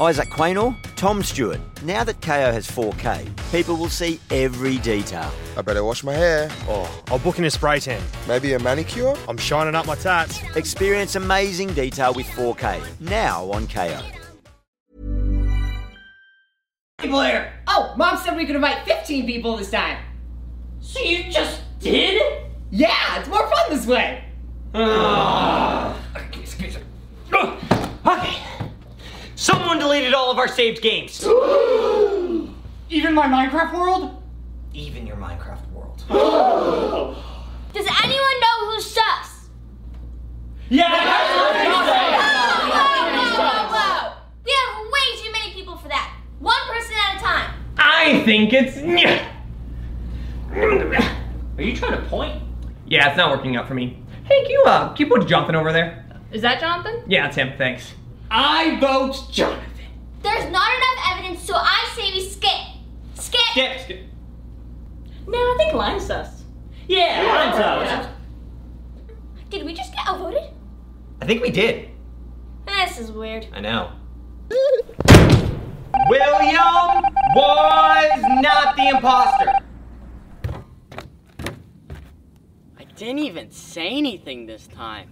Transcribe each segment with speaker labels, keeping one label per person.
Speaker 1: Isaac Quaynor, Tom Stewart. Now that KO has 4K, people will see every detail.
Speaker 2: I better wash my hair.
Speaker 3: Oh, I'll book in a spray tan.
Speaker 2: Maybe a manicure?
Speaker 3: I'm shining up my tats.
Speaker 1: Experience amazing detail with 4K now on KO.
Speaker 4: Blair!
Speaker 5: Oh, Mom said we could invite 15 people this time.
Speaker 4: So you just did?
Speaker 5: Yeah, it's more fun this way.
Speaker 4: Ugh. Okay, excuse me. Ugh. Okay. Someone deleted all of our saved games.
Speaker 5: Even my Minecraft world?
Speaker 4: Even your Minecraft world.
Speaker 6: Does anyone know who sucks? Whoa, whoa, whoa, whoa! We have way too many people for that. One person at a time.
Speaker 4: I think it's. Are you trying to point? Yeah, it's not working out for me. Hey, can you uh, keep with Jonathan over there?
Speaker 7: Is that Jonathan?
Speaker 4: Yeah, it's him. Thanks.
Speaker 5: I vote Jonathan.
Speaker 6: There's not enough evidence, so I say we skip. Skip.
Speaker 4: Skip. skip.
Speaker 7: No, I think Lime's us.
Speaker 4: Yeah, mine's out.
Speaker 6: Did we just get outvoted?
Speaker 4: I think we did.
Speaker 6: This is weird.
Speaker 4: I know. William was not the imposter.
Speaker 8: I didn't even say anything this time.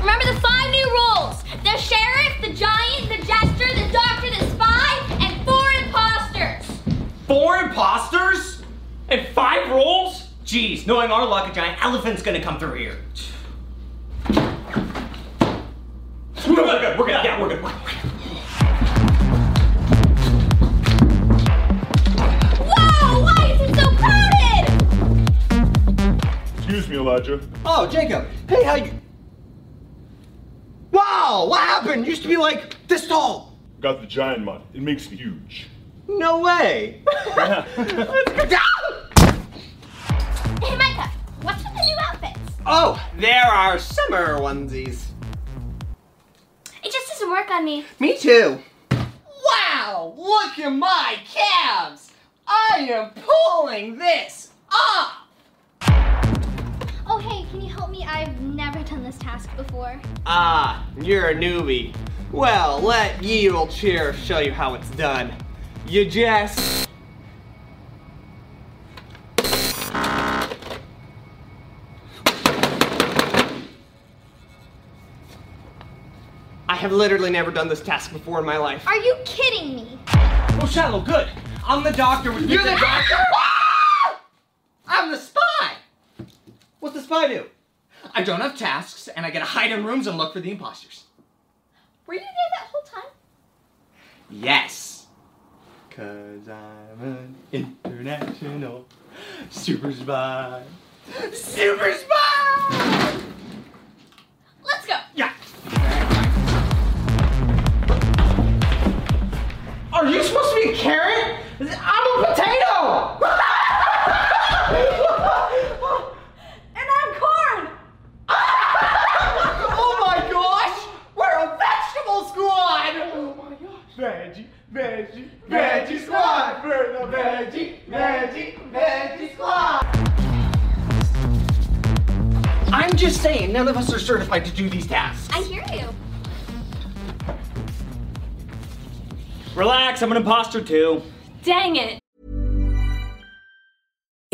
Speaker 6: Remember the five new rules: the sheriff, the giant, the jester, the doctor, the spy, and four imposters.
Speaker 4: Four imposters? And five rolls? Jeez, knowing our luck, a giant elephant's gonna come through here. We're good, we're good, we're good, yeah, we're good.
Speaker 6: Whoa! Why is it so crowded?
Speaker 9: Excuse me, Elijah.
Speaker 10: Oh, Jacob. Hey, how you? Wow, what happened? You used to be like this tall.
Speaker 9: Got the giant mod. It makes me huge.
Speaker 10: No way.
Speaker 6: Hey, Micah, what's with the new outfits?
Speaker 10: oh, there are summer onesies.
Speaker 6: It just doesn't work on me.
Speaker 10: Me too.
Speaker 5: Wow, look at my calves! I am pulling this off!
Speaker 6: Oh, hey, can you help me? I've never done this task before.
Speaker 10: Ah, you're a newbie. Well, let ye old chair show you how it's done. You just. I have literally never done this task before in my life.
Speaker 6: Are you kidding me?
Speaker 4: Oh, Shiloh, good. I'm the doctor with
Speaker 10: You're the doctor? Ah! I'm the spy! What's the spy do?
Speaker 4: I don't have tasks, and I gotta hide in rooms and look for the imposters.
Speaker 6: Were you there that whole time?
Speaker 10: Yes. Cause I'm an international super spy. Super spy!
Speaker 6: Let's go.
Speaker 4: Yeah. Are you supposed to be a carrot? I'm a potato!
Speaker 7: And I'm corn!
Speaker 10: Oh my gosh! We're a vegetable
Speaker 4: Oh
Speaker 10: squad!
Speaker 9: Veggie, veggie,
Speaker 10: Veggie squad!
Speaker 9: We're the veggie, veggie, veggie squad!
Speaker 10: I'm just saying, none of us are certified to do these tasks.
Speaker 6: I hear you.
Speaker 4: Relax, I'm an imposter too.
Speaker 7: Dang it!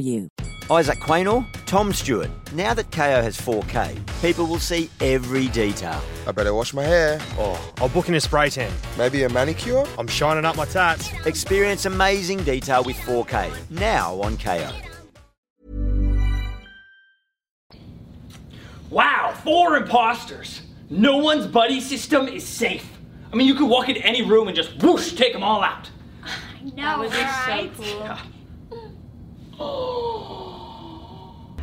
Speaker 11: you.
Speaker 1: Isaac Quaynor, Tom Stewart. Now that KO has 4K, people will see every detail.
Speaker 2: I better wash my hair.
Speaker 3: Oh, I'll book in a spray tan.
Speaker 2: Maybe a manicure?
Speaker 3: I'm shining up my tats.
Speaker 1: Experience amazing detail with 4K. Now on KO.
Speaker 4: Wow, four imposters. No one's buddy system is safe. I mean, you could walk into any room and just whoosh, take them all out.
Speaker 12: That was so cool.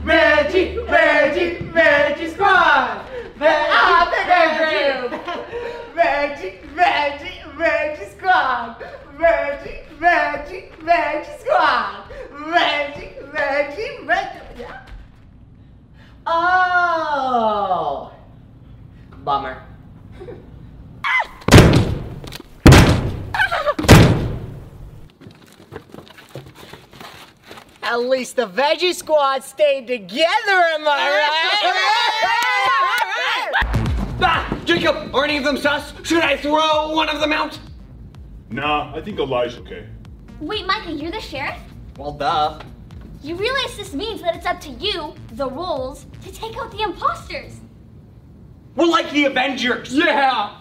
Speaker 10: Magic, magic, magic squad!
Speaker 13: Ah,
Speaker 10: Magic,
Speaker 13: better
Speaker 10: magic, magic, magic, magic squad! Magic, magic, magic squad! Magic, magic, magic.
Speaker 13: Oh! Bummer.
Speaker 8: At least the Veggie Squad stayed together, am I right?
Speaker 4: Ah, Jacob, are any of them sus? Should I throw one of them out?
Speaker 14: Nah, I think Elijah's okay.
Speaker 6: Wait, Micah, you're the sheriff?
Speaker 15: Well, duh.
Speaker 6: You realize this means that it's up to you, the roles, to take out the imposters.
Speaker 4: We're like the Avengers. Yeah.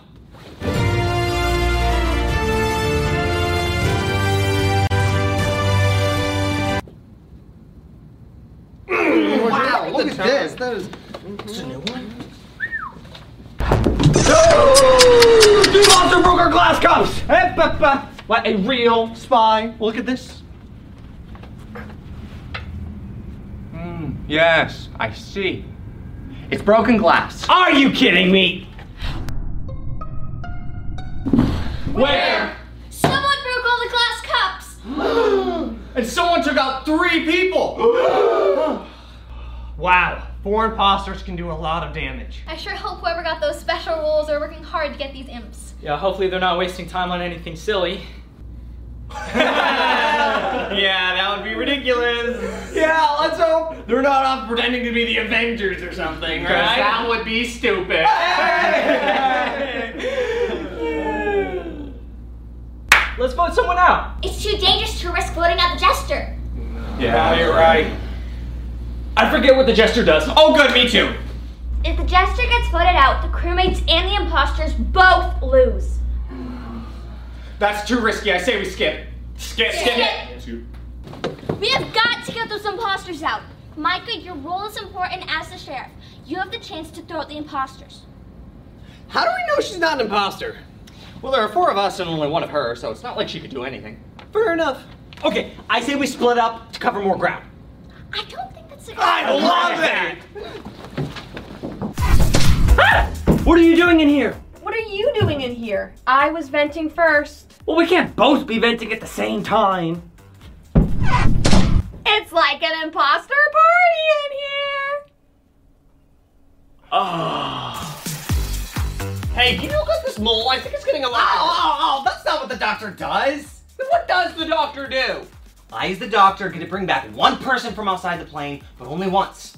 Speaker 15: Wow, look at this. That is.
Speaker 4: The monster broke our glass cups. Eh, bah, bah. What a real spy. Look at this. Hmm,
Speaker 15: Yes, I see. It's broken glass.
Speaker 4: Are you kidding me? Where?
Speaker 6: Someone broke all the glass cups!
Speaker 10: Hmm?
Speaker 15: And someone took out three people!
Speaker 4: wow, four imposters can do a lot of damage.
Speaker 6: I sure hope whoever got those special roles are working hard to get these imps.
Speaker 4: Yeah, hopefully they're not wasting time on anything silly. yeah, that would be ridiculous.
Speaker 15: yeah, let's hope they're not off pretending to be the Avengers or something,
Speaker 4: Because
Speaker 15: right?
Speaker 4: that
Speaker 15: would be stupid.
Speaker 4: Let's vote someone out.
Speaker 6: It's too dangerous to risk voting out the jester.
Speaker 4: Yeah, you're right. I forget what the jester does. Oh, good, me too.
Speaker 6: If the jester gets voted out, the crewmates and the imposters both lose.
Speaker 15: That's too risky. I say we skip. Skip, skip
Speaker 6: Skip.
Speaker 15: it.
Speaker 6: We have got to get those imposters out. Micah, your role is important as the sheriff. You have the chance to throw out the imposters.
Speaker 15: How do we know she's not an imposter? Well, there are four of us and only one of her, so it's not like she could do anything. Fair enough.
Speaker 4: Okay, I say we split up to cover more ground.
Speaker 6: I don't think that's a good
Speaker 4: that. Ah! What are you doing in here?
Speaker 12: What are you doing in here? I was venting first.
Speaker 4: Well, we can't both be venting at the same time.
Speaker 12: It's like an imposter party in here.
Speaker 15: Ah. Hey, can you look at this mole? I think it's getting a lot. Oh, oh, oh, that's not what the doctor does. Then What does the doctor do? I, as the doctor, get to bring back one person from outside the plane, but only once.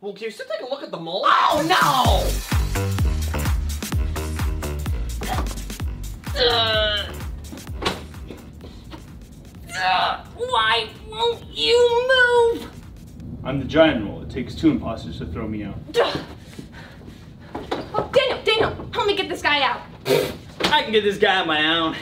Speaker 15: Well, can you still take a look at the mole? Oh, no!
Speaker 12: Why won't you move?
Speaker 14: I'm the giant mole. It takes two imposters to throw me out.
Speaker 12: Oh, Daniel, Daniel, help me get this guy out.
Speaker 4: I can get this guy on my own.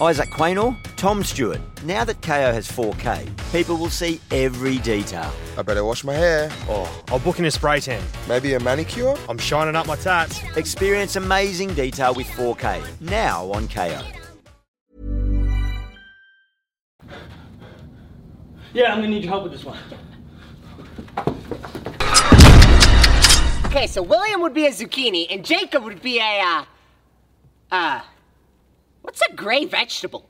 Speaker 1: Isaac Quaynor, Tom Stewart. Now that KO has 4K, people will see every detail.
Speaker 2: I better wash my hair.
Speaker 3: Oh, I'll book in a spray tan.
Speaker 2: Maybe a manicure?
Speaker 3: I'm shining up my tats.
Speaker 1: Experience amazing detail with 4K. Now on KO.
Speaker 4: Yeah, I'm gonna need your help with this one.
Speaker 8: Okay, so William would be a zucchini, and Jacob would be a, uh, uh, what's a gray vegetable?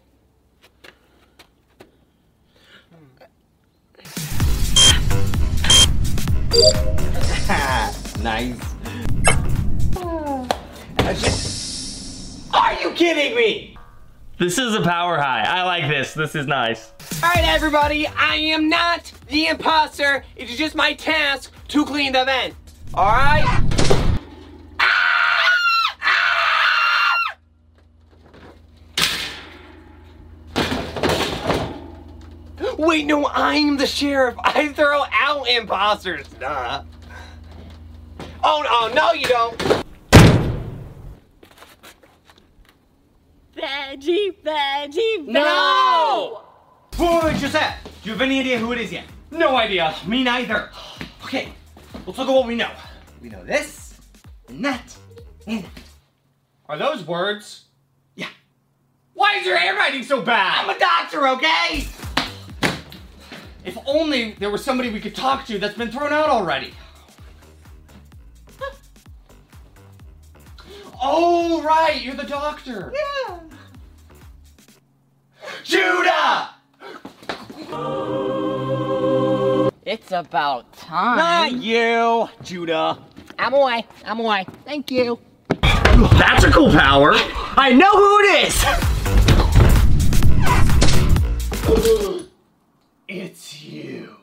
Speaker 15: Nice.
Speaker 4: Are you kidding me?
Speaker 16: This is a power high. I like this. This is nice.
Speaker 15: All right, everybody, I am not the imposter. It is just my task to clean the vent. All right?
Speaker 4: Wait, no, I'm the sheriff. I throw out imposters. Nah. Oh, no, no, you don't.
Speaker 6: Veggie, veggie,
Speaker 4: No! Wait, wait, wait, Josette, do you have any idea who it is yet? No idea. Me neither. Okay, let's look at what we know. We know this, and that, and that. Are those words? Yeah. Why is your handwriting so bad? I'm a doctor, okay? If only there was somebody we could talk to that's been thrown out already. Oh, right, you're the doctor. Yeah. Judah!
Speaker 17: It's about time.
Speaker 4: Not you, Judah.
Speaker 17: I'm away. I'm away. Thank you.
Speaker 18: That's a cool power.
Speaker 17: I know who it is.
Speaker 4: It's you.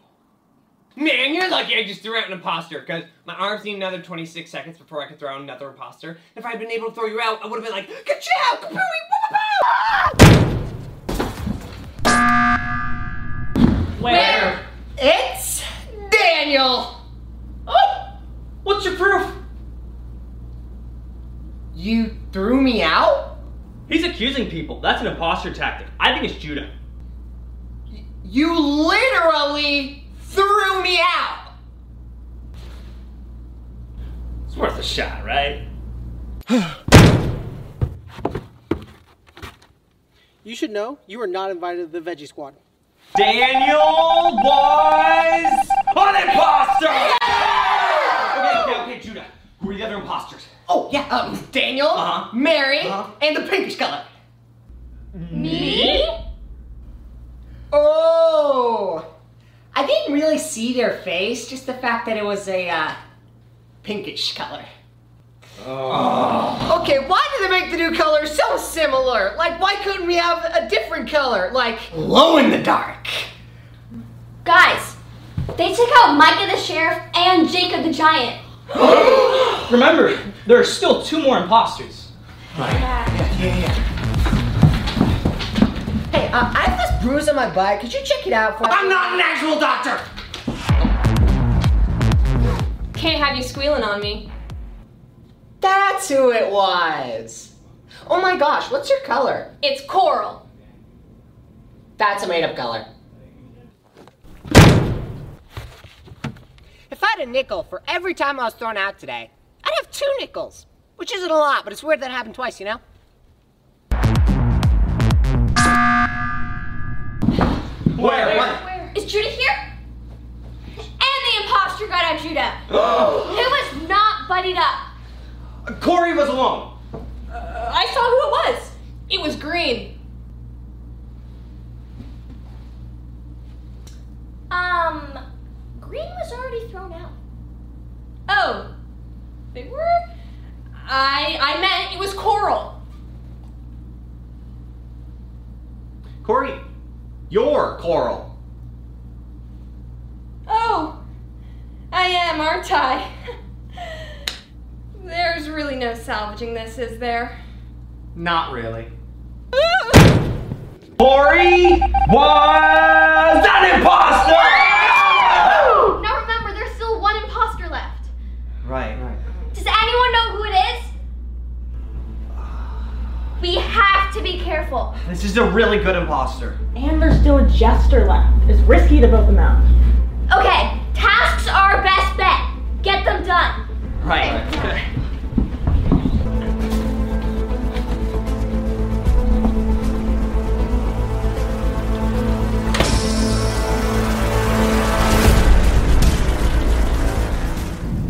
Speaker 4: Man, you're lucky I just threw out an imposter, because my arms need another 26 seconds before I could throw out another imposter. If I had been able to throw you out, I would have been like, ka-chow, kapooey,
Speaker 9: Where?
Speaker 8: It's Daniel.
Speaker 4: Oh! What's your proof?
Speaker 8: You threw me out?
Speaker 4: He's accusing people. That's an imposter tactic. I think it's Judah.
Speaker 8: You literally threw me out.
Speaker 18: It's worth a shot, right?
Speaker 17: You should know you were not invited to the Veggie Squad.
Speaker 4: Daniel was an imposter! Okay, okay, okay, Judah. Who are the other imposters?
Speaker 8: Oh yeah, um, Daniel,
Speaker 4: Uh-huh.
Speaker 8: Mary, and the pinkish color.
Speaker 6: Me?
Speaker 8: Oh, I didn't really see their face, just the fact that it was a uh, pinkish color. Okay, why did they make the new color so similar? Like, why couldn't we have a different color? Like, glow in the dark.
Speaker 6: Guys, they took out Micah the sheriff and Jacob the giant.
Speaker 4: Remember, there are still two more imposters.
Speaker 8: Hey, uh, I have this bruise on my butt. Could you check it out for me?
Speaker 4: I'm not an actual doctor!
Speaker 7: Can't have you squealing on me.
Speaker 8: That's who it was. Oh my gosh, what's your color?
Speaker 6: It's coral.
Speaker 8: That's a made up color.
Speaker 17: If I had a nickel for every time I was thrown out today, I'd have two nickels, which isn't a lot, but it's weird that happened twice, you know?
Speaker 4: Where? What?
Speaker 6: Is Judah here? And the imposter got out Judah.
Speaker 4: Oh.
Speaker 6: It was not buddied up.
Speaker 4: Corey was alone.
Speaker 6: I saw who it was. It was green. Um, green was already thrown out. Oh, they were. I I meant it was coral.
Speaker 4: Corey, you're Coral.
Speaker 6: Oh, I am, aren't I? There's really no salvaging this, is there?
Speaker 4: Not really. Corey was an imposter!
Speaker 6: Now remember, there's still one imposter left.
Speaker 4: Right, right.
Speaker 6: Does anyone know who it is? We have to be careful.
Speaker 4: This is a really good imposter.
Speaker 10: And there's still a jester left. It's risky to vote them out.
Speaker 6: Okay, tasks are our best bet. Get them done.
Speaker 4: Right.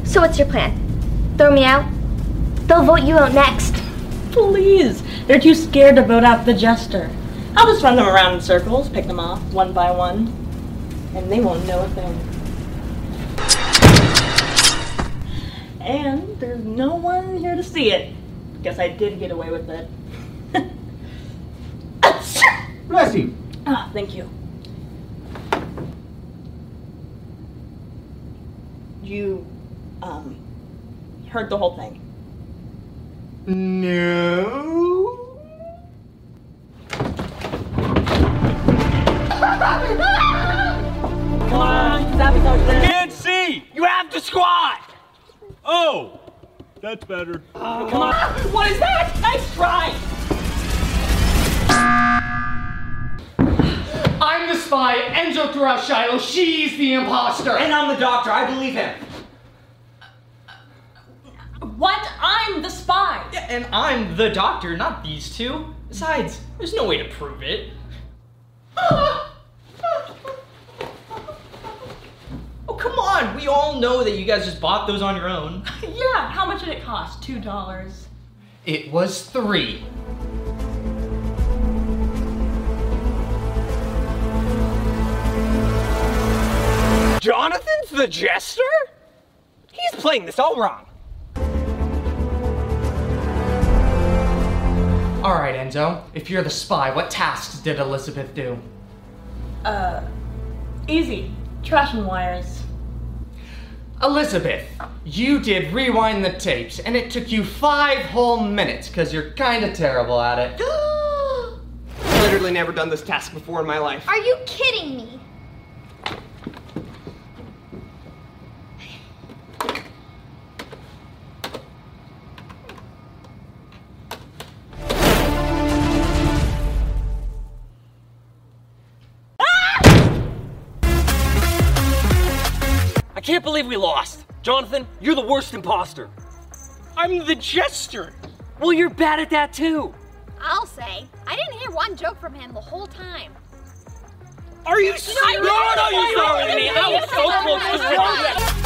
Speaker 6: So what's your plan? Throw me out? They'll vote you out next.
Speaker 10: Please, they're too scared to vote out the jester. I'll just run them around in circles, pick them off one by one, and they won't know a thing. And there's no one here to see it. Guess I did get away with it.
Speaker 4: Bless you.
Speaker 10: Ah, thank you. You, um, heard the whole thing.
Speaker 4: No.
Speaker 9: Whoa!
Speaker 19: squad!
Speaker 14: Oh! That's better.
Speaker 20: Come on. What is that? Nice try.
Speaker 4: I'm the spy, Enzo Thurashilo. She's the imposter.
Speaker 19: And I'm the doctor. I believe him.
Speaker 10: What? I'm the spy.
Speaker 4: Yeah, and I'm the doctor, not these two. Besides, there's no way to prove it. oh, come on. We all know that you guys just bought those on your own.
Speaker 10: yeah, how much did it cost? Two dollars.
Speaker 4: It was three.
Speaker 19: Jonathan's the jester? He's playing this all wrong.
Speaker 4: All right, Enzo. If you're the spy, what tasks did Elizabeth do?
Speaker 21: Uh, easy. Trash and wires.
Speaker 4: Elizabeth, you did rewind the tapes, and it took you five whole minutes because you're kind of terrible at it.
Speaker 19: Literally never done this task before in my life.
Speaker 6: Are you kidding me?
Speaker 8: I can't believe we lost. Jonathan, you're the worst imposter. I'm the jester. Well, you're bad at that too.
Speaker 6: I'll say. I didn't hear one joke from him the whole time.
Speaker 8: Are you serious? No, no, you're sorry to me. I was so close to